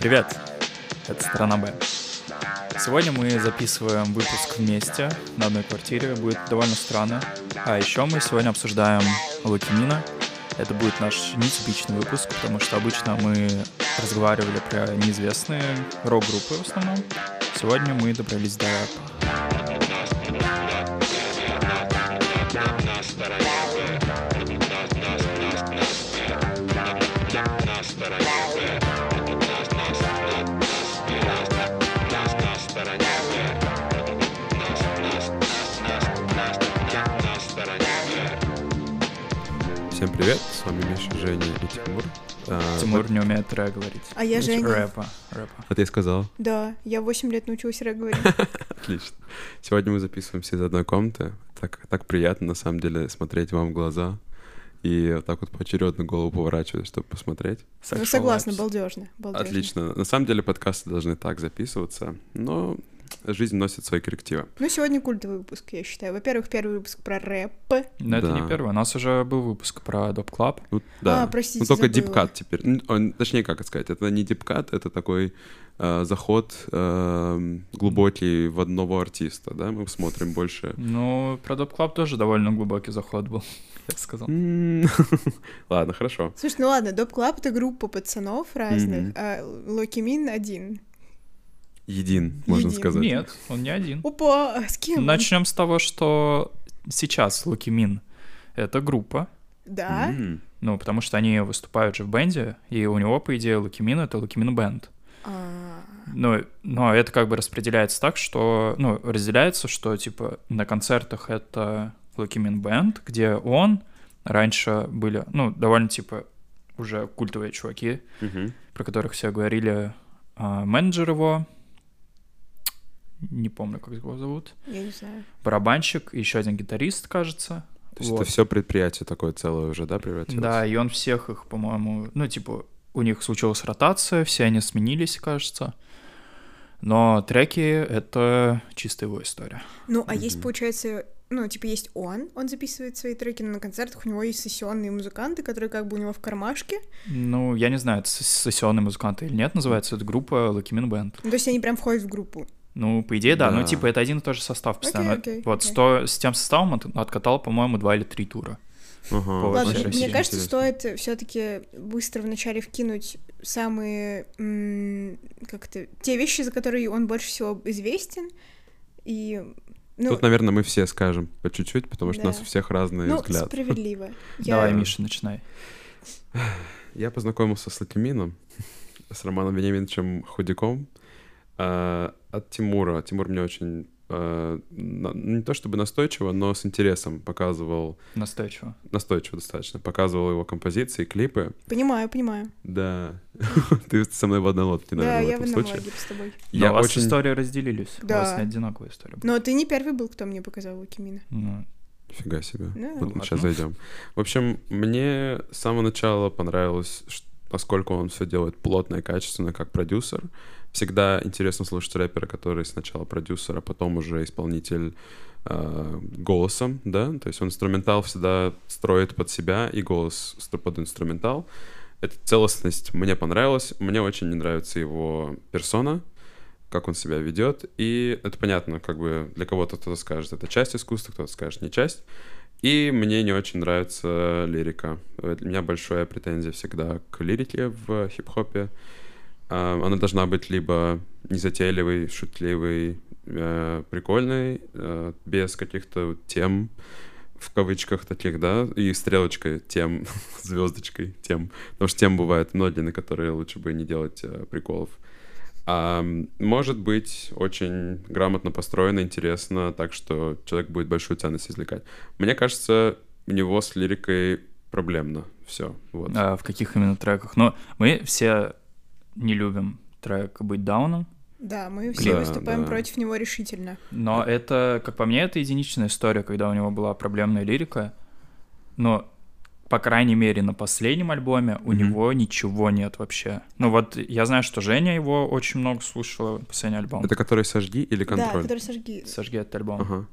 Привет, это «Страна Б». Сегодня мы записываем выпуск вместе на одной квартире, будет довольно странно. А еще мы сегодня обсуждаем Лукимина. Это будет наш нетипичный выпуск, потому что обычно мы разговаривали про неизвестные рок-группы в основном. Сегодня мы добрались до рэпа. Всем привет, с вами Миша, Женя и Тимур. А, Тимур не умеет рэп говорить. А я Ведь Женя. Рэпа, рэпа. А ты сказал. Да, я 8 лет научилась рэп говорить. Отлично. Сегодня мы записываемся из одной комнаты. Так, так приятно, на самом деле, смотреть вам в глаза. И вот так вот поочередно голову поворачивать, чтобы посмотреть. Ну, Sexual согласна, Labs. балдежно. балдежно. Отлично. На самом деле подкасты должны так записываться, но жизнь носит свои коррективы. Ну, сегодня культовый выпуск, я считаю. Во-первых, первый выпуск про рэп. Но это не Да. первый. У нас уже был выпуск про Доп Клаб. Ну, да. А, простите, ну, только забыла. дипкат теперь. Ну, он- Точнее, как это сказать, это не дипкат, это такой э, заход э, глубокий в одного артиста, да? Мы смотрим больше Ну, про Доп Клаб тоже довольно глубокий заход был, я бы сказал. М, Ладно, хорошо. Слушай, ну ладно, Доп Клаб — это группа пацанов Мгм. разных, а Локимин — один. Един, можно Един. сказать. Нет, он не один. Опа, а с кем? Начнем с того, что сейчас Лукимин — это группа, Да? М, ну, потому что они выступают же в бенде, и у него, по идее, Лукимин — это Лукимин Бенд. А, Ну, но это как бы распределяется так, что, ну, разделяется, что, типа, на концертах это Лукимин Бенд, где он, раньше были, ну, довольно, типа, уже культовые чуваки, мгм. про которых все говорили, а, менеджер его, не помню, как его зовут, Я не знаю. барабанщик, и еще один гитарист, кажется. То есть Вот. это все предприятие такое целое уже, да, превратилось? Да, и он всех их, по-моему, ну, типа, у них случилась ротация, все они сменились, кажется. Но треки — это чисто его история. Ну, а есть, Мгм. получается, ну, типа, есть он, он записывает свои треки, но на концертах у него есть сессионные музыканты, которые как бы у него в кармашке. Ну, я не знаю, это сес- сессионные музыканты или нет, называется эта группа Лакимин Бенд. Ну, то есть они прям входят в группу. Ну, по идее, да, ну, Да. типа, это один и тот же состав постоянно. окей, вот окей. сто- с тем составом от- откатал, по-моему, два или три тура. Ага, По вообще Ладно, всей мне России. кажется, интересно. стоит все-таки быстро вначале вкинуть самые м, как-то те вещи, за которые он больше всего известен. И ну, Тут, наверное, мы все скажем по чуть-чуть, потому что у нас Да. у всех разный ну, взгляд. справедливо. Давай, Я- Миша, начинай. Я познакомился с Латимином, с Романом Вениаминовичем Худяком а, от Тимура. Тимур мне очень а, на- не то чтобы настойчиво, но с интересом показывал, Настойчиво. настойчиво достаточно, показывал его композиции, клипы. Понимаю, понимаю. Да. Ты со мной в одной лодке, да, наверное, в я в этом одном случае. лагере с тобой. Я Я у вас очень... истории разделились. У Да. вас не одинаковая история. была. Но ты не первый был, кто мне показал Лукимина. Ну, Ну, Фига себе. Да. вот Ладно. сейчас зайдем. В общем, мне с самого начала понравилось, ш- поскольку он все делает плотно и качественно, как продюсер. Всегда интересно слушать рэпера, который сначала продюсер, а потом уже исполнитель э, голосом, да, то есть он инструментал всегда строит под себя и голос стро- под инструментал. Эта целостность мне понравилась, мне очень не нравится его персона, как он себя ведет, и это понятно, как бы для кого-то кто-то скажет, это часть искусства, кто-то скажет, не часть, и мне не очень нравится лирика. Э, У меня большая претензия всегда к лирике в хип-хопе. А, Она должна быть либо незатейливой, шутливой, э, прикольной, э, без каких-то тем, в кавычках таких, да, и стрелочкой тем, звездочкой тем. Потому что тем бывают многие, на которые лучше бы не делать э, приколов. А, м, может быть, очень грамотно построено, интересно, так что человек будет большую ценность извлекать. Мне кажется, у него с лирикой проблемно. Все. Вот. а в каких именно треках? Но мы все не любим трек «Быть дауном», Да, мы все Да, выступаем да. против него решительно. но это, как по мне, это единичная история, когда у него была проблемная лирика, но, по крайней мере, на последнем альбоме у Мгм. него ничего нет вообще. Ну вот я знаю, что Женя его очень много слушала, последний альбом. Это который сожги или Да, контроль? который сожги. Сожги этот альбом. Ага.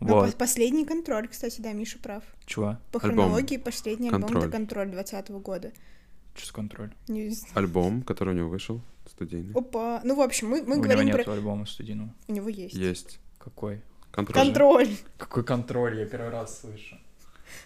Но Вот, Ну, пос- последний контроль, кстати, да, Миша прав. чего? По Альбом. хронологии последний альбом это Контроль. контроль 2020 года. Чувство контроль. Не знаю. Альбом, который у него вышел. студийный. Опа. Ну, в общем, мы, мы У него говорим нет про... альбома студийного. У него есть. Есть. Какой? Контроль. Контроль. Какой контроль, я первый раз слышу.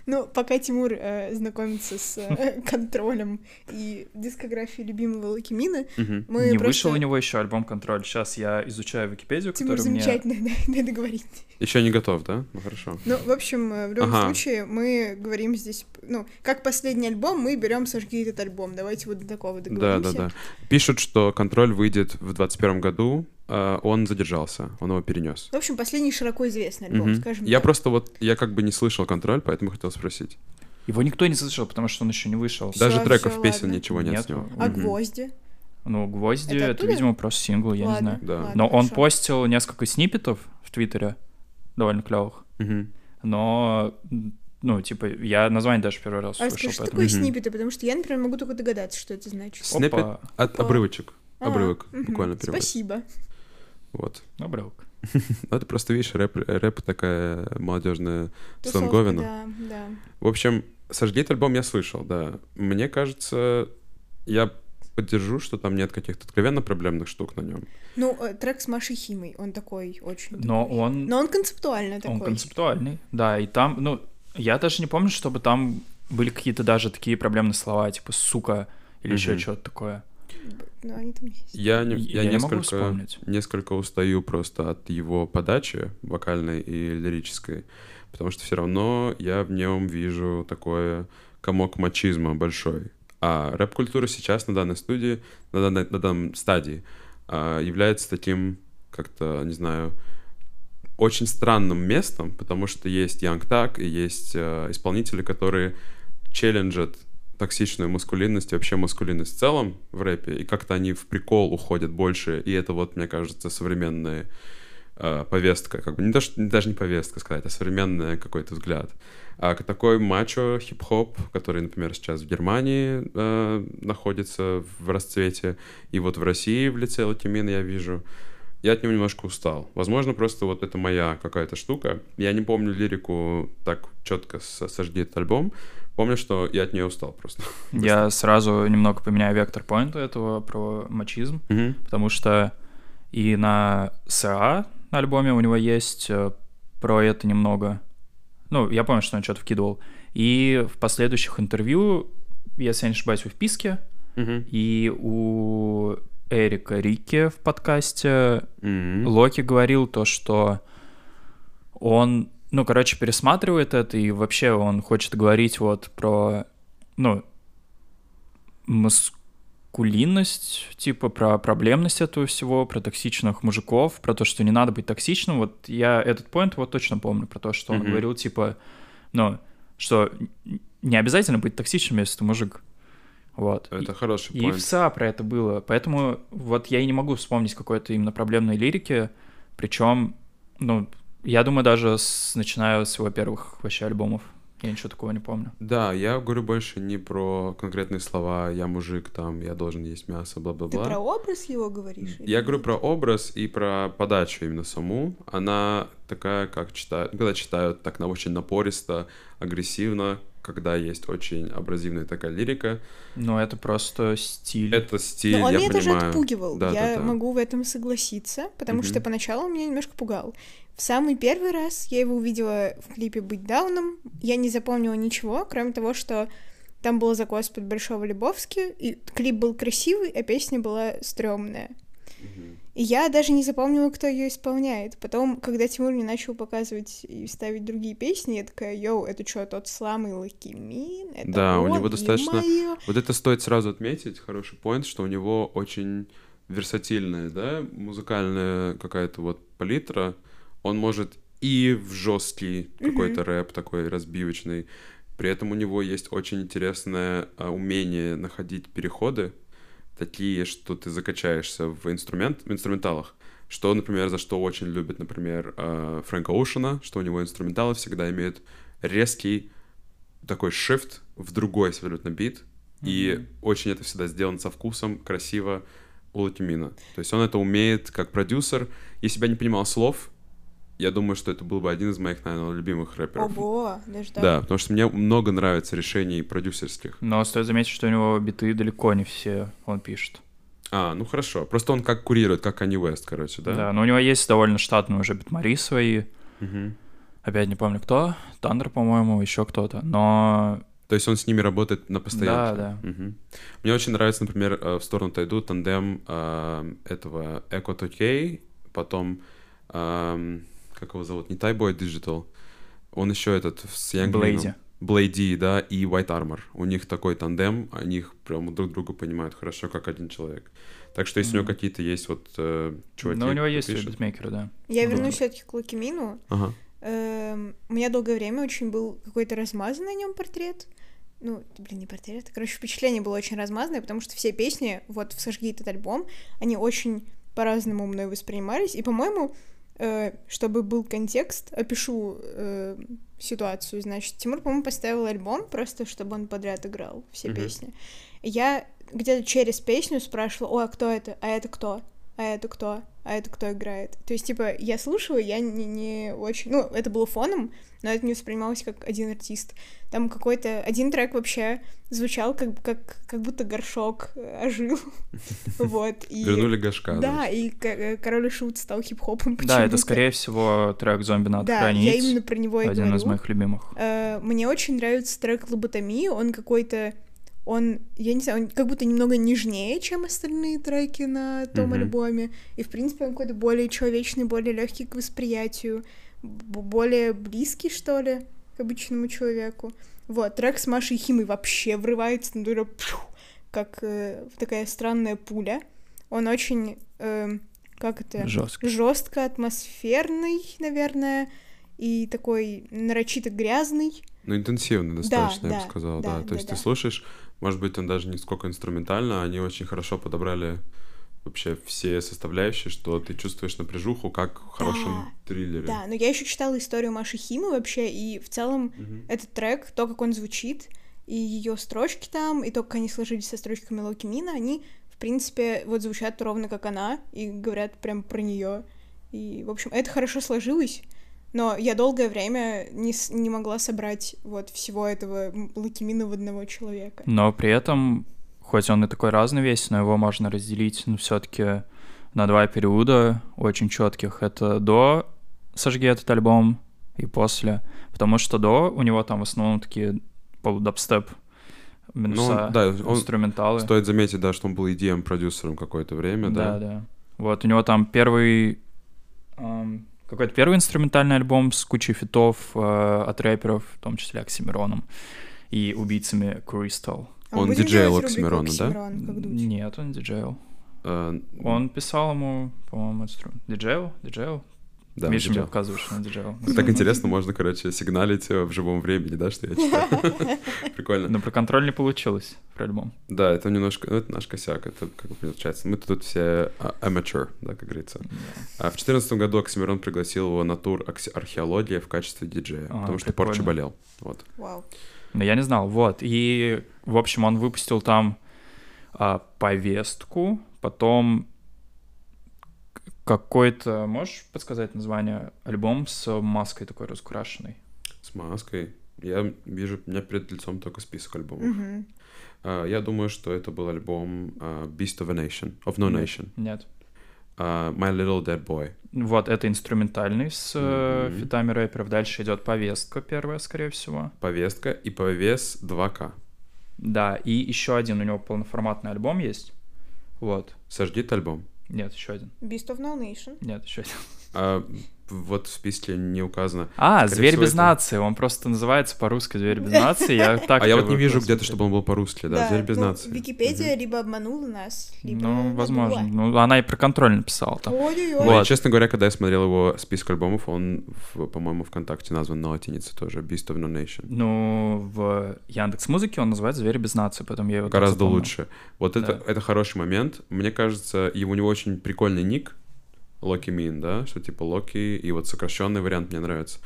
Ну, пока Тимур э, знакомится с э, контролем и дискографией любимого Лакимина, Мгм. мы не просто... вышел у него еще альбом «Контроль». Сейчас я изучаю Википедию, Тимур которую мне... замечательно, да, дай договорить. Еще не готов, да? Ну хорошо. Ну, в общем, э, в любом Ага. случае, мы говорим здесь, ну, как последний альбом, мы берем «Сожги этот альбом». Давайте вот до такого Да, договоримся. да, да. Пишут, что контроль выйдет в 21 году. а Он задержался, он его перенес. В общем, последний широко известный альбом, Мгм. скажем Я так. просто вот, я как бы не слышал контроль, поэтому хотел спросить. Его никто не слышал, потому что он еще не вышел. Да. Даже Всё, треков, всё, песен, ладно. ничего нет, с Нету. него. А Мгм. «Гвозди»? Ну, «Гвозди» — Это это, оттуда? видимо, просто сингл, Ну, я Ладно, не знаю. Да. ладно, Но он хорошо. постил несколько сниппетов в Твиттере, довольно клевых. Мгм. Но, м, ну, типа, я название даже первый раз А слышал. расскажи, что поэтому- такое Мгм. снипеты, потому что я, например, могу только догадаться, что это значит. С- Снэппет? Опа, От Опа. обрывочек. А, Обрывок, мгм, буквально перевод. Спасибо. Вот. обрывок. Ну, это просто, видишь, рэп, рэп такая молодежная Тусовка, сленговина. Да, да. В общем, «Сожги этот альбом» я слышал, да. Мне кажется, я поддержу, что там нет каких-то откровенно проблемных штук на нем. Ну, э, трек с Машей Химой, он такой очень... Но такой. он, Но он концептуально такой. он концептуальный, да, и там, ну, я даже не помню, чтобы там были какие-то даже такие проблемные слова, типа «сука» или еще Мгм. что-то такое. Ну, они там есть. Я, не, Я я, не могу несколько, вспомнить. несколько устаю просто от его подачи вокальной и лирической, потому что все равно я в нем вижу такое комок мачизма большой. А рэп-культура сейчас на данной студии, на данной, на данной стадии а, является таким как-то, не знаю, очень странным местом, потому что есть Young Tag и есть э, исполнители, которые челленджат токсичную маскулинность и вообще маскулинность в целом в рэпе, и как-то они в прикол уходят больше, и это вот, мне кажется, современная э, повестка, как бы, не даже, не- даже не повестка сказать, а современный какой-то взгляд. А к- такой мачо хип-хоп, который, например, сейчас в Германии э, находится в расцвете, и вот в России в лице Латимина я вижу, я от него немножко устал. Возможно, просто вот это моя какая-то штука. Я не помню лирику так четко с «Сожги этот альбом». Помню, что я от нее устал просто. Я сразу немного поменяю вектор поинта этого про мачизм, Мгм. потому что и на СА на альбоме у него есть э, про это немного. Ну, я помню, что он что-то вкидывал. И в последующих интервью, если я не ошибаюсь, у вписке, Мгм. и у Эрика Рики в подкасте Мгм. Локи говорил то, что он, ну, короче, пересматривает это, и вообще он хочет говорить вот про, ну, маскулинность, типа, про проблемность этого всего, про токсичных мужиков, про то, что не надо быть токсичным. Вот я этот поинт вот точно помню, про то, что он Мгм. говорил, типа, ну, что н- не обязательно быть токсичным, если ты мужик. Вот. И- Это хороший и в поинт. СА про это было. Поэтому вот я и не могу вспомнить какой-то именно проблемной лирики. Причем, ну, я думаю, даже с, начиная с его первых вообще альбомов. Я ничего такого не помню. Да, я говорю больше не про конкретные слова «я мужик», там «я должен есть мясо», Ты про бла-бла-бла. образ его говоришь? или Я говорю нет? про образ и про подачу именно саму. Она такая, как читают, ну, когда читают так на очень напористо, агрессивно, когда есть очень абразивная такая лирика. Но это просто стиль. Ну, а Это стиль, Но он я меня понимаю. тоже отпугивал. Да, я да, да. могу в этом согласиться, потому что Мгм. поначалу он меня немножко пугал. В самый первый раз я его увидела в клипе «Быть дауном». Я не запомнила ничего, кроме того, что там был закос под Большого Лебовски, и клип был красивый, а песня была стрёмная. Мгм. И я даже не запомнила, кто ее исполняет. Потом, когда Тимур мне начал показывать и ставить другие песни, я такая, йоу, это что, тот самый Лакимин? Это Да, у он, него достаточно- е-мое». Вот это стоит сразу отметить, хороший поинт, что у него очень версатильная, да, музыкальная какая-то вот палитра. Он может и в жесткий какой-то рэп такой разбивочный. При этом у него есть очень интересное а, умение находить переходы, такие, что ты закачаешься в инструмент, в инструменталах. Что, например, за что очень любит, например, а, Фрэнка Оушена, что у него инструменталы всегда имеют резкий такой shift в другой абсолютно бит, и Мгм. очень это всегда сделано со вкусом, красиво у Латимина. То есть он это умеет как продюсер. Если бы я не понимал слов, я думаю, что это был бы один из моих, наверное, любимых рэперов. Ого, даже так. Да, потому что мне много нравится решений продюсерских. Но стоит заметить, что у него биты далеко не все он пишет. А, ну хорошо. Просто он как курирует, как Kanye West, короче, Да. да? но у него есть довольно штатные уже битмари свои. Мгм. Опять не помню кто, Тандер, по-моему, еще кто-то. Но То есть он с ними работает на постоянке? Да, Мгм. Мне очень нравится, например, э, в сторону Тайду тандем э, этого Эко Токей, потом, эм, как его зовут, не Тайбой Digital, он еще этот с Янг Блейди. Блейди, да, и White Armor. У них такой тандем, они их прям друг друга понимают хорошо, как один человек. Так что если у него Мгм. какие-то есть вот э, чуваки... Но у него кто есть свои пишет. битмейкеры, да. Я Да. вернусь все-таки к Лукимину. Ага. Эм, У меня долгое время очень был какой-то размазанный на нем портрет. Ну, блин, не портрет. Короче, впечатление было очень размазанное, потому что все песни, вот в «Сожги этот альбом», они очень по-разному мной воспринимались. И, по-моему, э, чтобы был контекст, опишу э, ситуацию. Значит, Тимур, по-моему, поставил альбом, просто чтобы он подряд играл все Мгм. песни. И Я где-то через песню спрашивала, о, а кто это? А это кто? а это кто, а это кто играет. То есть, типа, я слушала, я не, не очень... Ну, это было фоном, но это не воспринималось как один артист. Там какой-то... Один трек вообще звучал как, как, как будто горшок э, ожил. Вот. и- Вернули Гашка. Да, и к- э, Король и Шут стал хип-хопом Да, это почему-то. скорее всего трек «Зомби надо Да, хранить». я именно про него и Один говорю. из моих любимых. Э, Мне очень нравится трек «Лоботомия», он какой-то... Он, я не знаю, он как будто немного нежнее, чем остальные треки на том Мгм. альбоме. И, в принципе, он какой-то более человечный, более легкий к восприятию, б- более близкий, что ли, к обычному человеку. Вот, трек с Машей Химой вообще врывается, натура, пшу, как э, такая странная пуля. Он очень, эм, как это, Жестко. жестко атмосферный, наверное, и такой нарочито грязный. Ну, интенсивно достаточно, я да, бы сказал, да, да. да, То есть да. ты слушаешь, может быть, он даже не сколько инструментально, а они очень хорошо подобрали вообще все составляющие, что ты чувствуешь напряжуху, как в хорошем Да, триллере. Да, но я еще читала историю Маши Химы вообще, и в целом Мгм. Э, этот трек, то, как он звучит, и ее строчки там, и то, как они сложились со строчками Локимина, они, в принципе, вот звучат ровно как она, и говорят прям про нее. И, в общем, это хорошо сложилось, но я долгое время не, с- не могла собрать вот всего этого м, Локимина в одного человека. Но при этом, хоть он и такой разный весь, но его можно разделить, ну, все-таки на два периода очень четких. Это до «Сожги этот альбом» и после. Потому что до у него там в основном такие полудабстеп Ну, минуса, да, он- инструменталы. Стоит заметить, да, что он был EDM-продюсером какое-то время, Да, да. да. Вот у него там первый ам, какой-то первый инструментальный альбом с кучей фитов э, от рэперов, в том числе Оксимироном и убийцами Crystal. А мы Он будем диджей делать рубрику Оксимирона, да? «Оксимирон», как думаете? Нет, он диджейл. Э, Он писал ему, по-моему, инструмент. Диджейл? Диджейл? да, Миша мне диджей. указываешь на диджейл. Так интересно, можно, короче, сигналить э, в живом времени, да, что я читаю. Прикольно. Но про контроль не получилось про альбом. Да, это немножко, ну, это наш косяк, это как бы получается. Мы тут все а, amateur, да, как говорится. А в четырнадцатом году Оксимирон пригласил его на тур акси- археология в качестве диджея, А, потому что прикольно. Порчи болел. Вот. Вау. Но я не знал, вот. И, в общем, он выпустил там а, повестку, потом к- какой-то... Можешь подсказать название? Альбом с маской такой разукрашенной. С маской. Я вижу, у меня перед лицом только список альбомов. Мгм. А, я думаю, что это был альбом а, Beast of a Nation, of No Мгм. Nation, Нет. а, My Little Dead Boy. Вот, это инструментальный с э, Мгм. фитами рэперов. Дальше идет повестка первая, скорее всего. Повестка и повес 2К. Да, и еще один у него полноформатный альбом есть. Вот. Сожги этот альбом. Нет, еще один. Beast of No Nation. Нет, еще один. А, вот в списке не указано. А, Скорее «Зверь всего, без это- нации». Он просто называется по-русски «Зверь без нации». Я так а я его вот не вижу просто- где-то, чтобы он был по-русски, да, «Зверь без ну, нации». Википедия либо обманула нас, либо Ну, надула. возможно. Ну, она и про контроль написала там. Ой-ой-ой. Ну, и, Вот. честно говоря, когда я смотрел его список альбомов, он, в- по-моему, ВКонтакте назван на латинице тоже, Beast of No Nation. Ну, в Яндекс Музыке он называется «Зверь без нации», поэтому я его так Гораздо запомнил. лучше. Вот это, это хороший момент. Мне кажется, и у него очень прикольный ник, Локи Мин, да, что типа Локи, и вот сокращенный вариант мне нравится.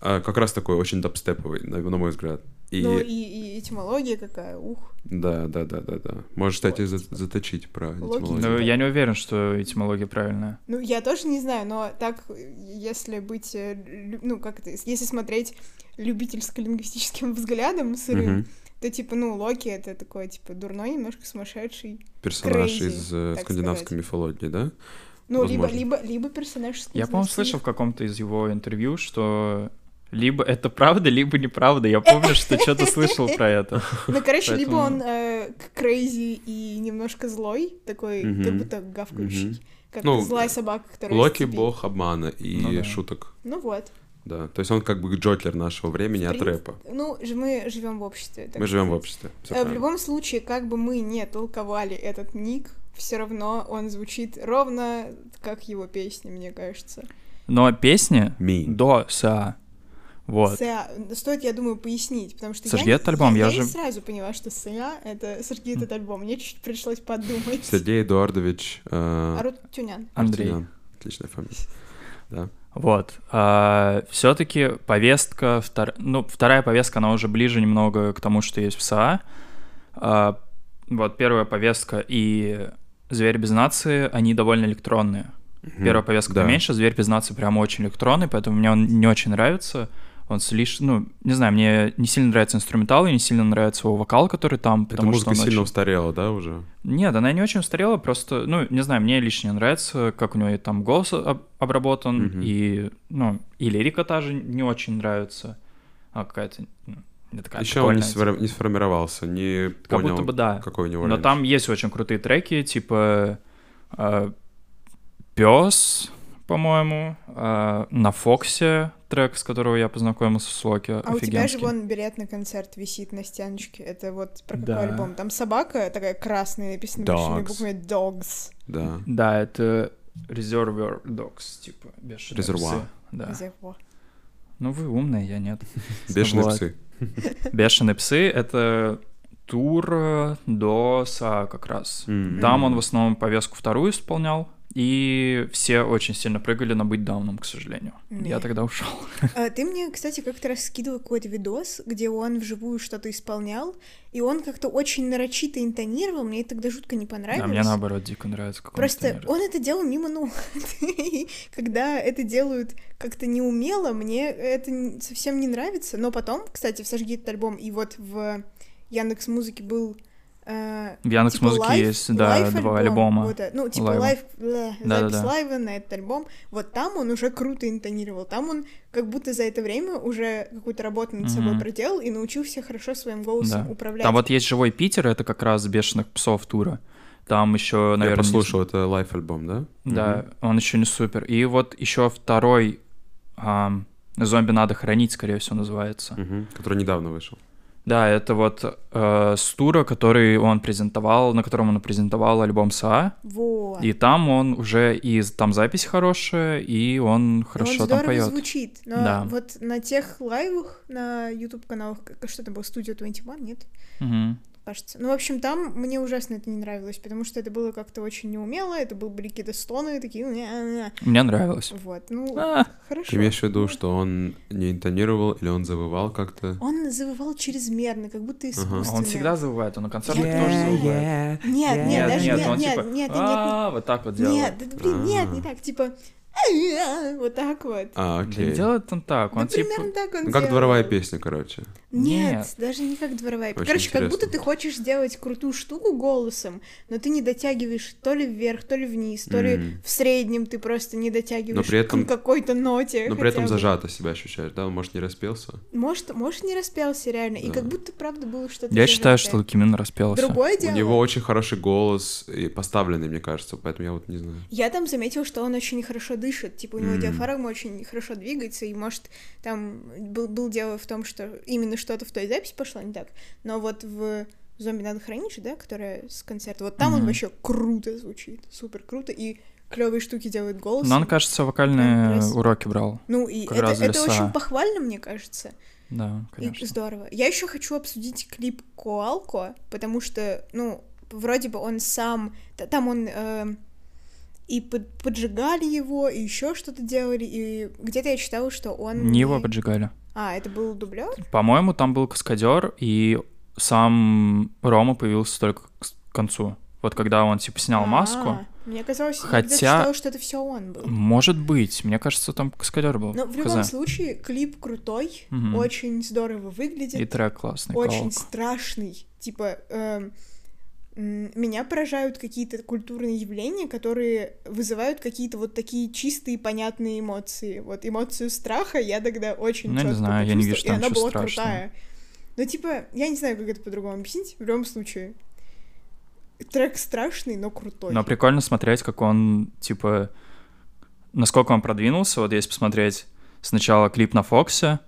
А, как раз такой очень дабстеповый, на, на мой взгляд. И, Ну, и, и этимология какая, ух. да, да, да, да, да. Можешь, кстати, за- заточить про Локи. этимологию. Ну, я не уверен, что этимология правильная. Ну, я тоже не знаю, но так, э, если быть, э, лю- ну, как это, если смотреть любительско-лингвистическим взглядом сырым, Мгм. то, типа, ну, Локи — это такой, типа, дурной, немножко сумасшедший. Персонаж Crazy, из э, так скандинавской сказать. мифологии, да? Ну, либо, Возможно. либо, либо персонаж из Я, по-моему, «Кузнецки». слышал в каком-то из его интервью, что либо это правда, либо неправда. Я помню, что что-то слышал про это. Ну, короче, либо Поэтому- он э, к- крейзи и немножко злой, такой, Мгм. как будто гавкающий, Мгм. как Ну, злая собака, которая... Локи — зацепила. бог обмана и Ну да. шуток. Ну вот. Да, то есть он как бы Джокер нашего времени В от принципе, рэпа. Ну, ж- мы живем в обществе. так Мы живем в сказать. обществе. всё Э, В правильно. любом случае, как бы мы не толковали этот ник, все равно он звучит ровно как его песни, мне кажется. Но песни Me. до са. Вот. Сэа, стоит, я думаю, пояснить, потому что Сергей, я, это альбом, я и же- сразу поняла, что Сэа — это Сергей, этот альбом. Мне чуть пришлось подумать. А Сергей Эдуардович э, Арутюнян. Андрей. Артюнян. Отличная фамилия. Вот. Все-таки повестка, втор- ну, вторая повестка, она уже ближе немного к тому, что есть в САА. А, Вот первая повестка и «Зверь без нации», они довольно электронные. Первая повестка да. поменьше, «Зверь без нации» прям очень электронный, поэтому мне он не очень нравится. Он слишком, ну, не знаю, мне не сильно нравится инструментал, и не сильно нравится его вокал, который там, Эта потому что музыка он сильно очень- устарела, да, уже? нет, она не очень устарела, просто, ну, не знаю, мне лично не нравится, как у него и там голос об- обработан, Мгм. и, ну, и лирика та же не очень нравится, а какая-то, ну, не такая Еще он не, прикольная, сфор- не сформировался, не Как понял, будто бы да. какой у него Но раньше. там есть очень крутые треки, типа Пес, по-моему, а, на Фоксе трек, с которого я познакомился с Локи. А у тебя же офигенский. вон билет на концерт висит на стяночке. Это вот про Да. какой альбом? Там собака такая красная, написана большими Dogs. буквами Dogs. Да. Да, это Reservoir Dogs, типа бешеные псы. Резервуар. Да. Из его. Ну вы умные, я нет. Бешеные Вот. псы. Бешеные псы это тур э, до СА как раз. М. Там он в основном повестку вторую исполнял, и все очень сильно прыгали на быть дауном, к сожалению. Я Не. тогда ушел. А, Ты мне, кстати, как-то раз скидывал какой-то видос, где он вживую что-то исполнял, и он как-то очень нарочито интонировал, мне это тогда жутко не понравилось. А мне наоборот дико нравится. как он Просто тренирует. он это делал мимо ну. И когда это делают как-то неумело, мне это н- совсем не нравится. Но потом, кстати, в «Сожги этот альбом» и вот в Яндекс Музыке был э, В Яндекс типа музыке лайв- есть да, лайв-альбом, два альбома. вот это, ну, типа лайва. лайв, э, Да-да-да. запись лайва на этот альбом. Вот там он уже круто интонировал. Там он как будто за это время уже какую-то работу над собой Мгм. проделал и научился хорошо своим голосом Да. управлять. Там вот есть живой Питер, это как раз бешеных псов тура. Там еще, наверное, Я не- послушал, это лайф-альбом, да? Да, Мгм. он еще не супер. И вот еще второй ам, зомби надо хранить, скорее всего, называется. Мгм. Который недавно вышел. Да, это вот э, с тура, который он презентовал, на котором он презентовал альбом СА. Вот. И там он уже, и там запись хорошая, и он он хорошо Ну, здорово там поет. звучит, но Да. вот на тех лайвах, на YouTube-каналах, как- что там было, Studio 21, нет, Мгм. кажется. Ну, в общем, там мне ужасно это не нравилось, потому что это было как-то очень неумело, это был- были какие-то стоны, такие... «Ня-ня-ня». Мне нравилось. Вот, ну, А, хорошо. Ты имеешь в виду, что он не интонировал или он завывал как-то? Он завывал чрезмерно, как будто искусственно. А он всегда завывает, он на концертах Я- тоже Yeah, завывает. Нет, нет, Нет, даже нет, нет, он нет, типа, нет, нет, нет, «А-а-а», вот так вот нет, делает. да, блин, нет, не А. так, типа... «Ай-я», Вот так вот. А, Да не окей. делает он так, Да он типа... примерно так он Ну, как делал. дворовая песня, короче. Нет, Нет. даже не как дворовая. Очень Короче, как будто интересно. ты хочешь сделать крутую штуку голосом, но ты не дотягиваешь то ли вверх, то ли вниз, то ли М. в среднем ты просто не дотягиваешь при этом- к какой-то ноте. Но при хотя этом бы. зажато себя ощущаешь, да? Он, может, не распелся? Может, может, не распялся реально. И Да. как будто правда было что-то. Я считаю, что зажатое. Лукимин распелся. другое У дело. него очень хороший голос и поставленный, мне кажется, поэтому я вот не знаю. Я там заметила, что он очень хорошо дышит, типа у него М. диафрагма очень хорошо двигается, и может там был, был дело в том, что именно что-то в той записи пошло не так, но вот в «Зомби надо хранить» же, да, которая с концерта, вот там он Мгм. вообще круто звучит, супер круто, и клевые штуки делает голос. Но он, кажется, вокальные раз. уроки брал. ну и как это, раз для это Са. очень похвально, мне кажется. Да, И конечно. здорово. Я еще хочу обсудить клип Коалко, потому что, ну, вроде бы он сам, та- там он эм, и под- поджигали его, и еще что-то делали, и где-то я читала, что он... Не его и- поджигали. А, это был дублер? По-моему, там был каскадер, и сам Рома появился только к с- к концу. Вот когда он типа снял маску, А, Мне казалось, я Хотя- когда-то считала, что это все он был. Может быть. Мне кажется, там каскадер был. Но Ну, в любом Хз. случае, клип крутой, Мгм. очень здорово выглядит. И трек классный. очень колок. страшный. Типа, эм, м, меня поражают какие-то культурные явления, которые вызывают какие-то вот такие чистые, понятные эмоции. Вот эмоцию страха я тогда очень Ну, я не чётко знаю, я не вижу там почувствовала, и она ничего была страшного. крутая. Но, типа, я не знаю, как это по-другому объяснить. В любом случае, трек страшный, но крутой. Но прикольно смотреть, как он, типа, насколько он продвинулся. Вот если посмотреть сначала клип на Фоксе,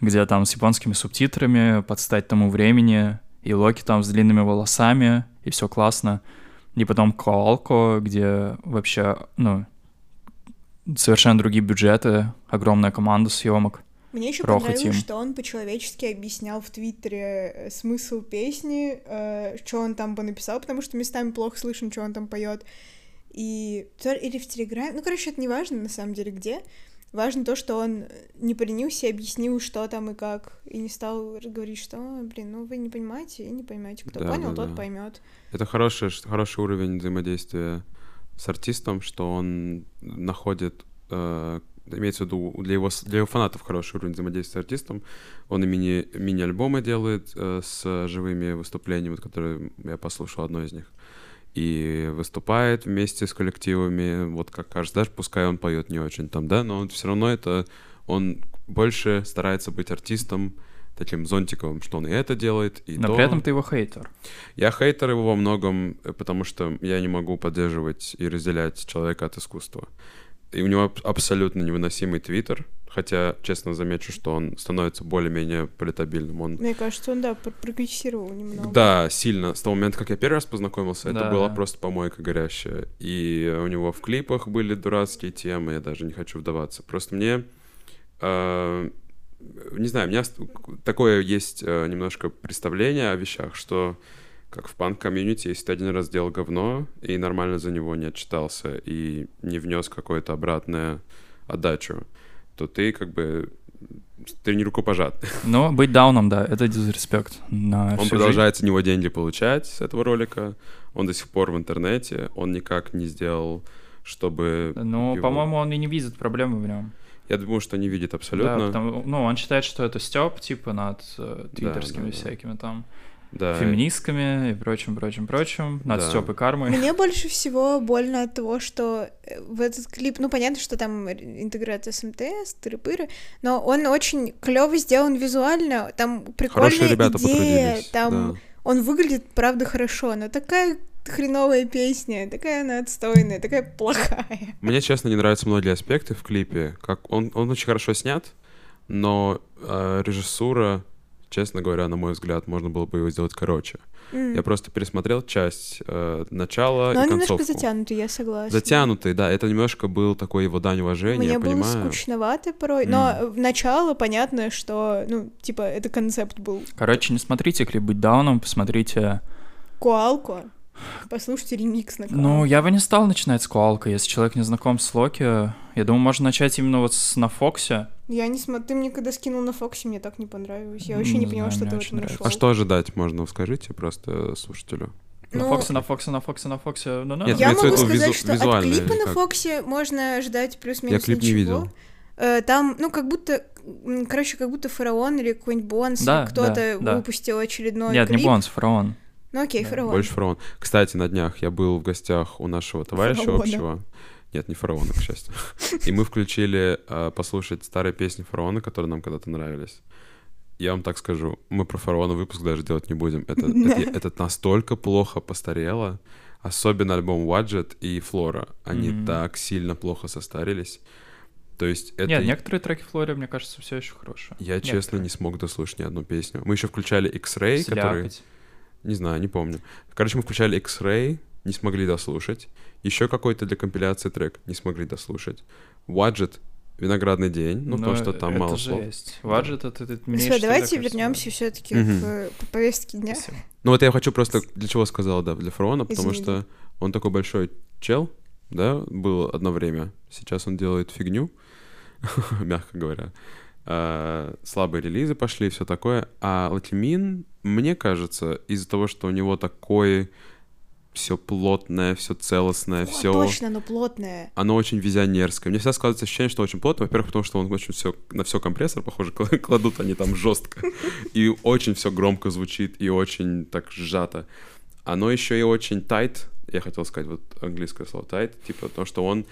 где там с японскими субтитрами, под стать тому времени, и Локи там с длинными волосами, и все классно. И потом Коалко, где вообще, ну, совершенно другие бюджеты, огромная команда съемок. Мне еще Роха понравилось, Тим. что он по-человечески объяснял в Твиттере э, смысл песни, э, что он там понаписал, потому что местами плохо слышно, что он там поет. И то- или в Телеграме. Ну, короче, это не важно на самом деле где. Важно то, что он не принялся и объяснил, что там и как, и не стал говорить, что, «Ой, блин, ну вы не понимаете, и не поймете. Кто Да, понял, да, тот да. поймет. Это хороший, ш- хороший уровень взаимодействия с артистом, что он находит, э, имеется в виду для его, с- для его фанатов хороший уровень взаимодействия с артистом. Он и мини, мини-альбомы делает э, с живыми выступлениями, вот, которые я послушал одно из них. И выступает вместе с коллективами, вот как кажется, даже пускай он поет не очень там, да, но он все равно это, он больше старается быть артистом, таким зонтиковым, что он и это делает, и Но то. при этом ты его хейтер. Я хейтер его во многом, э, потому что я не могу поддерживать и разделять человека от искусства. И у него аб- абсолютно невыносимый твиттер, хотя, честно замечу, что он становится более-менее политабильным. Он Мне кажется, он, да, пр- прогрессировал немного. да, сильно. С того момента, как я первый раз познакомился, Да. это была просто помойка горящая. И у него в клипах были дурацкие темы, я даже не хочу вдаваться. Просто мне... э, не знаю, у меня ст- такое есть э, немножко представление о вещах, что как в панк-комьюнити, если ты один раз сделал говно и нормально за него не отчитался и не внес какое-то обратное отдачу, то ты как бы ты не рукопожат. Но быть дауном, да, это дизреспект на Он всю продолжает с него деньги получать с этого ролика. Он до сих пор в интернете. Он никак не сделал, чтобы... жизнь. Ну, его- по-моему, он и не видит проблемы в нем. Я думаю, что не видит Да, абсолютно. Да, потому- ну, он считает, что это стёб, типа, над э, твиттерскими да, да. всякими там феминистками и прочим, прочим, прочим, над Да. стёб и кармой. Мне больше всего больно от того, что э, в этот клип, ну понятно, что там р- интеграция с МТС, тыры-пыры, но он очень клево сделан визуально, там прикольная Хорошие ребята идея, потрудились. там да. он выглядит, правда, хорошо, но такая хреновая песня, такая она отстойная, такая плохая. Мне, честно, не нравятся многие аспекты в клипе. Как он, он очень хорошо снят, но э, режиссура, честно говоря, на мой взгляд, можно было бы его сделать короче. М. Я просто пересмотрел часть э, начала Но и он немножко концовку. затянутый, я согласна. Затянутый, да. Это немножко был такой его дань уважения, Мне я было понимаю. скучновато порой, но в начало понятно, что, ну, типа, это концепт был Короче, не смотрите клип «Быть дауном», посмотрите... Куалко. Послушайте ремикс на Ну, я бы не стал начинать с Куалка, если человек не знаком с Локи. Я думаю, можно начать именно вот с на Фоксе. Я не смотрю, ты мне когда скинул на Фоксе, мне так не понравилось. Я Ну, вообще не не, поняла, знаю, что мне ты в очень этом нравится. нашел. А что ожидать можно, скажите просто слушателю. На Ну, Фоксе, на Фоксе, на Фоксе, на Фоксе. Ну, Нет, я имеется в могу виду сказать, визу- что от визуально клипа или на как? Фоксе можно ждать Я плюс-минус клип не Ну, ничего. видел. Э, Там, ну, как будто, м, короче, как будто Фараон или какой-нибудь Бонс, или Да, кто-то да, да. выпустил очередной Нет, клип. не Бонс, Фараон. Ну, окей, Да, Фараон. Больше фараон. Кстати, на днях я был в гостях у нашего товарища Фараона. общего. Нет, не фараона, к счастью. И мы включили э, послушать старые песни фараона, которые нам когда-то нравились. Я вам так скажу, мы про фараона выпуск даже делать не будем. Это, это- это настолько плохо постарело. Особенно альбом Wadget и Флора. Они Мгм. так сильно плохо состарились. То есть это... Нет, некоторые треки Флори, мне кажется, все еще хорошие. Я, честно, не смог дослушать ни одну песню. Мы еще включали X-Ray, который... Слякоть. Не знаю, не помню. Короче, мы включали X-Ray, не смогли дослушать. Еще какой-то для компиляции трек не смогли дослушать. Wadget, Виноградный день, ну, потому что там это мало слов. жесть. Ваджет это, это Всё, меньше, давайте да, кажется, вернемся все-таки Мгм. к э, по повестке дня. Спасибо. Ну вот я хочу просто для чего сказал, да, для Фрона, потому Извини. что он такой большой чел, да, был одно время. Сейчас он делает фигню, мягко говоря. А, Слабые релизы пошли, все такое. А Латимин, мне кажется, из-за того, что у него такой все плотное, все целостное, О, все. Ну, Точно, но плотное. Оно очень визионерское. Мне всегда складывается ощущение, что очень плотно. Во-первых, потому что он очень все на все компрессор, похоже, кла- кладут они там жестко. И очень все громко звучит, и очень так сжато. Оно еще и очень tight. Я хотел сказать вот английское слово tight, типа, потому что он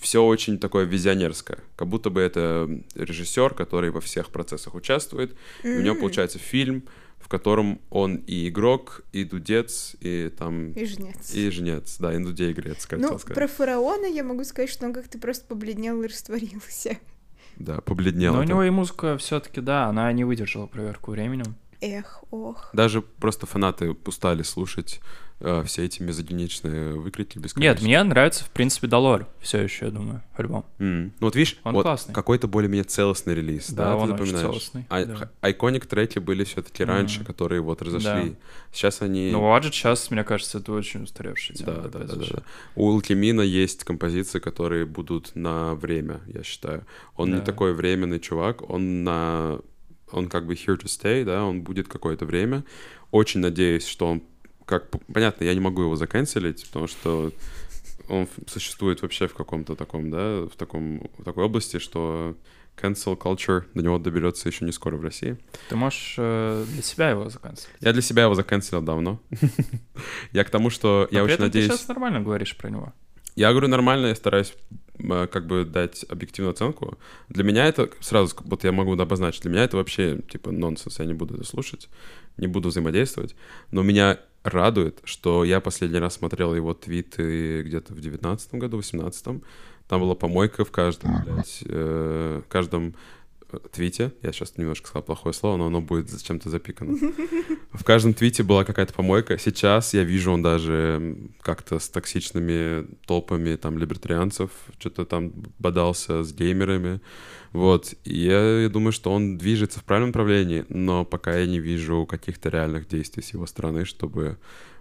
все очень такое визионерское. Как будто бы это режиссер, который во всех процессах участвует. И у него М. получается фильм, в котором он и игрок, и дудец, и там... И жнец. И жнец, да, и дудей игрец, хотел Ну, сказать. про фараона я могу сказать, что он как-то просто побледнел и растворился. Да, побледнел. Но у там. него и музыка все-таки, да, она не выдержала проверку временем. Эх, ох. Даже просто фанаты устали слушать э, все эти мезогеничные выкрики без Нет, мне нравится, в принципе, Долор все еще, я думаю, альбом. Ну вот видишь, Он вот классный. какой-то более-менее целостный релиз, да, Да, ты он очень запоминаешь. целостный, А, да. Айконик треки были все-таки раньше, Мгм. которые вот разошли. Сейчас они... Но Ваджет сейчас, мне кажется, это очень устаревший да, да, да, да, да. У Лкимина есть композиции, которые будут на время, я считаю. Он не Да. такой временный чувак, он на... Он как бы here to stay, да, он будет какое-то время. Очень надеюсь, что он... Как... Понятно, я не могу его заканцелить, потому что он ф- существует вообще в каком-то таком, да, в, таком, в такой области, что cancel culture до него доберется еще не скоро в России. Ты можешь э, для себя его заканцелить. Я для себя его заканцелил давно. Я к тому, что Но я А при очень этом надеюсь... ты сейчас нормально говоришь про него. Я говорю нормально, я стараюсь м, э, как бы дать объективную оценку. Для меня это, сразу ск- вот я могу обозначить, для меня это вообще типа нонсенс, я не буду это слушать, не буду взаимодействовать. Но меня радует, что я последний раз смотрел его твиты где-то в девятнадцатом году, восемнадцатом. Там была помойка в каждом, блядь, э, каждом э, твите. Я сейчас немножко сказал плохое слово, но оно будет зачем-то запикано. В каждом твите была какая-то помойка. Сейчас я вижу, он даже м, как-то с токсичными толпами там либертарианцев что-то там бодался с геймерами. Вот. И я, я думаю, что он движется в правильном направлении, но пока я не вижу каких-то реальных действий с его стороны, чтобы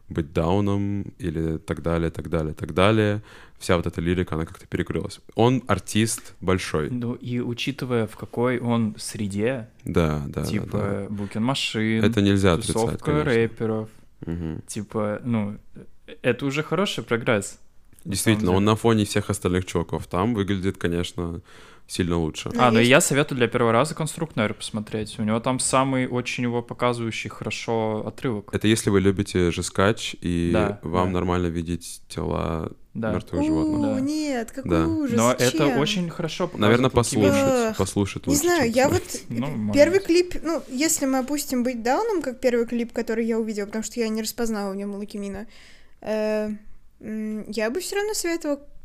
быть дауном или так далее, так далее, так далее. Вся вот эта лирика, она как-то перекрылась. Он артист большой. Ну и учитывая, в какой он среде, Да, да, да, да. типа Букин Машин, Это нельзя отрицать, тусовка конечно. рэперов, Мгм. типа, ну, э, это уже хороший прогресс. Действительно, самом он на фоне всех остальных чуваков там выглядит, конечно, сильно лучше. Ну, а, ну и есть- я советую для первого раза конструкт, наверное, посмотреть. У него там самый очень его показывающий хорошо отрывок. Это если вы любите жескач и Да, вам да. нормально видеть тела Да. мертвых животных. Да. У, нет, какой Да. ужас. Но это зачем? очень хорошо показывает Наверное, Лукимина. послушать. Эх, Послушать Не лучше. знаю, чем я слушать. вот Ну, может первый быть. клип, ну, если мы опустим быть дауном, как первый клип, который я увидела, потому что я не распознала в нем лукимина, э, м, я бы все равно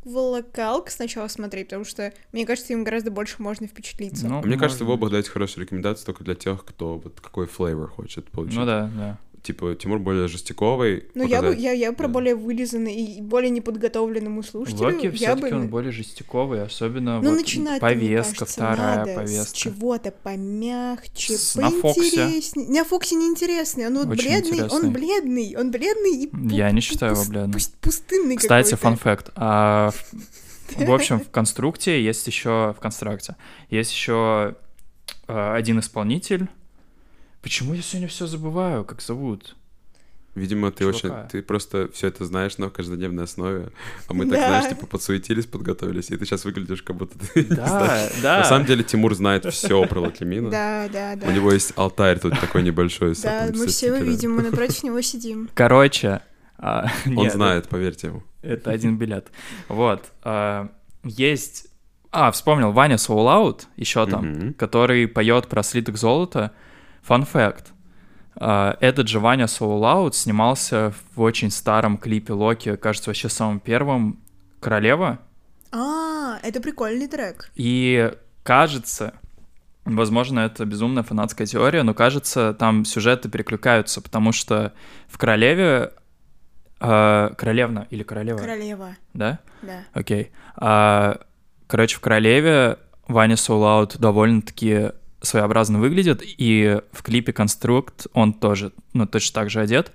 советовала Калк сначала смотреть, потому что, мне кажется, им гораздо больше можно впечатлиться. Ну, А Мне кажется, вы может оба быть. даете хорошие рекомендации только для тех, кто вот какой флейвор хочет получить. Ну да, да. Типа Тимур более жестяковый. Ну, я бы, показать- я, я про да. более вылизанный и более неподготовленному слушателю. Локи ну, я все-таки бы... он более жестяковый, особенно ну, вот начинать, мне повестка, кажется, вторая надо С повестка. чего-то помягче, С- на Фоксе. поинтереснее. На Фоксе неинтересный, он вот Очень бледный, интересный. он бледный, он бледный и пу- Я не пу- считаю его пус- бледным. пус- пустынный Кстати, какой-то. фан-факт. А, в- в общем, в конструкте есть еще... В констракте есть еще а, один исполнитель. Почему я сегодня все забываю, как зовут? Видимо, ты Чувака. очень... Ты просто все это знаешь на каждодневной основе. А мы так, Да. знаешь, типа подсуетились, подготовились, и ты сейчас выглядишь, как будто ты... не знаешь. Да, да. На самом деле Тимур знает все про Лакимина. Да, да, да. У него есть алтарь тут такой небольшой. с Да, этим, мы со все его стикерами. видим, мы напротив него сидим. Короче... а, Он нет, знает, поверьте ему. Это один билет. Вот. а, Есть... А, вспомнил, Ваня Soul Out, еще там, Мгм. который поет про слиток золота. Фан факт. Этот же Ваня Soul Out снимался в очень старом клипе Локи, кажется, вообще самым первым, «Королева». А, это прикольный трек. И кажется, возможно, это безумная фанатская теория, но кажется, там сюжеты перекликаются, потому что в «Королеве» а, Королевна или королева, Королева, да? да. Окей. А, короче, в королеве Ваня Соулаут довольно-таки своеобразно выглядит, и в клипе Конструкт он тоже, ну, точно так же одет.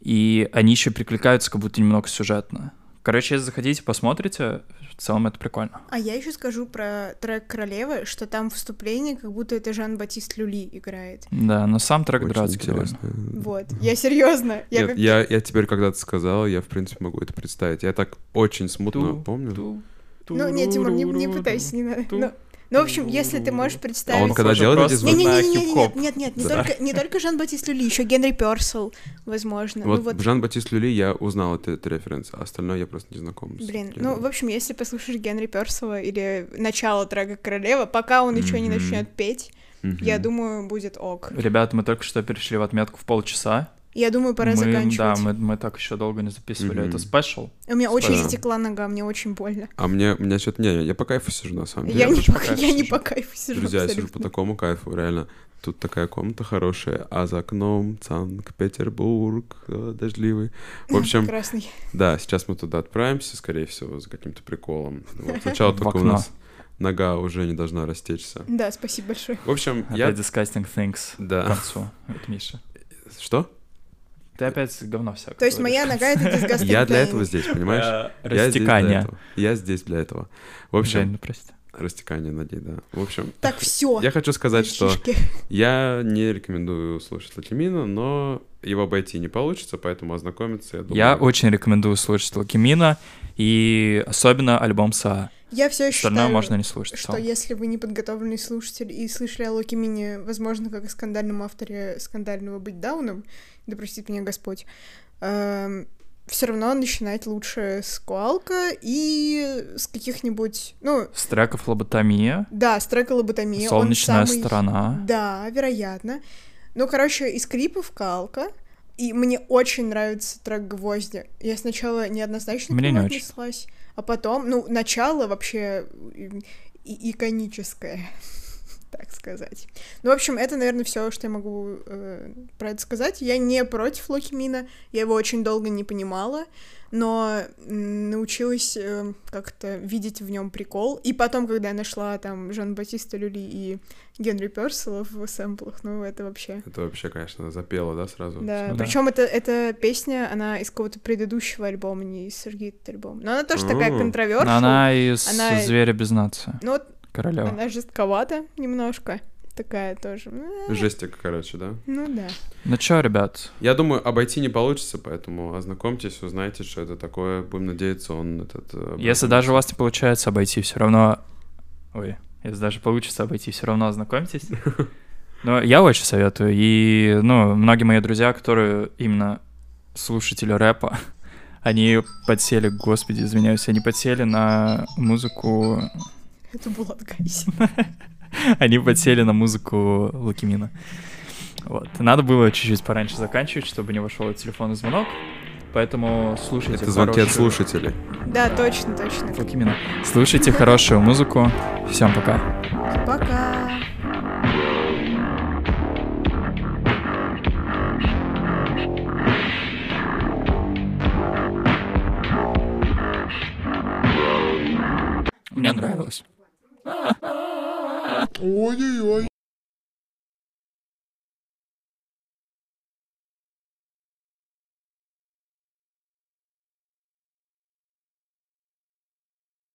И они еще прикликаются, как будто немного сюжетно. Короче, если заходите, посмотрите, в целом это прикольно. А я еще скажу про трек Королевы, что там вступление, как будто это Жан-Батист Люли играет. Да, но сам трек Очень дурацкий довольно. интересно. Вот. Я серьезно. Я Нет, как- я, я теперь когда ты сказал, я, в принципе, могу это представить. Я так очень смутно Ту- помню. Ну, нет, Тимур, не, не пытайся, не надо. ту- Ну, ну, в общем, если ты можешь А он представить... когда делает эти звуки? не, на Не-не-не-не-не, хип-хоп. нет, нет, не Да. только, не только Жан-Батист Люли, еще Генри Персел, возможно. Вот, ну вот, Жан-Батист Люли я узнал этот, этот референс, а остальное я просто не знаком. с блин, людьми. ну, в общем, если послушаешь Генри Персела или начало трека Королева, пока он еще не Мгм. начнет петь, Мгм. я думаю, будет ок. Ребят, мы только что перешли в отметку в полчаса. Я думаю, пора мы, заканчивать. Да, мы, мы так еще долго не записывали. Мгм. Это спешл. У меня очень Спасибо. затекла нога, мне очень больно. А мне, у меня что-то... Не, я по кайфу сижу, на самом деле. Я, не, тоже по, по кайфу я не сижу. по кайфу сижу Друзья, я сижу по абсолютно. такому кайфу, реально. Тут такая комната хорошая, а за окном Санкт-Петербург э, дождливый. В общем, Красный. да, сейчас мы туда отправимся, скорее всего, с каким-то приколом. Вот, сначала В только у окно. нас нога уже не должна растечься. Да, спасибо большое. В общем, Опять я... disgusting things к Да. концу от Миши. Что? Ты опять говно всякое. То есть моя нога — это дисгастинг. Я для pain. этого здесь, понимаешь? говоришь. Э, Я здесь для Растекание. этого. Я здесь для этого. В общем, Реально, прости. растекание ноги, да. В общем, Так, все. я хочу сказать, что Мальчишки. я не рекомендую слушать Латимина, но его обойти не получится, поэтому ознакомиться, я думаю... Я очень рекомендую слушать Лакимина и особенно альбом Са. Я все еще Остальное считаю, можно не слушать. в что целом. если вы неподготовленный слушатель и слышали о Локи Мини, возможно, как о скандальном авторе скандального быть дауном, да простит меня Господь, все равно начинать лучше с Куалка и с каких-нибудь, ну, С треков Лоботомия, да, с трека «Лоботомия». он Солнечная самый- сторона. Да, вероятно. Ну, короче, из клипов «Калка», и мне очень нравится трек «Гвозди». Я сначала неоднозначно Мне к нему не очень. отнеслась, а потом, ну, начало вообще и- и- иконическое, так сказать. Ну, в общем, это, наверное, все, что я могу э, про это сказать. Я не против Локимина, я его очень долго не понимала, но м, научилась э, как-то видеть в нем прикол. И потом, когда я нашла там Жан-Батиста Люли и Генри Персела в сэмплах, ну, это вообще... Это вообще, конечно, запело, Ну, да, сразу? Да, Да. причем это, эта песня, она из какого-то предыдущего альбома, не из Сергея альбома. Но она тоже такая М. Но контроверсия. Она из Она- «Зверя без нации». Ну вот Королева. она жестковата немножко. Такая тоже. Э, Жестик, короче, да? Ну да. Ну чё, ребят, Я думаю, обойти не получится, поэтому ознакомьтесь, узнайте, что это такое. Будем надеяться, он этот... э, если образует. даже у вас не получается обойти, все равно... Ой, если даже получится обойти, все равно ознакомьтесь. Но я очень советую. И, ну, многие мои друзья, которые именно слушатели рэпа, они подсели, господи, извиняюсь, они подсели на музыку... Это была Гайси. Они подсели на музыку Лукимина. Вот. Надо было чуть-чуть пораньше заканчивать, чтобы не вошел телефонный звонок. Поэтому слушайте. Это звонки от хорошую- слушателей. Да, точно, точно. Лукимина. Слушайте хорошую музыку. Всем пока. Пока. Мне нравилось. Ой-ой-ой.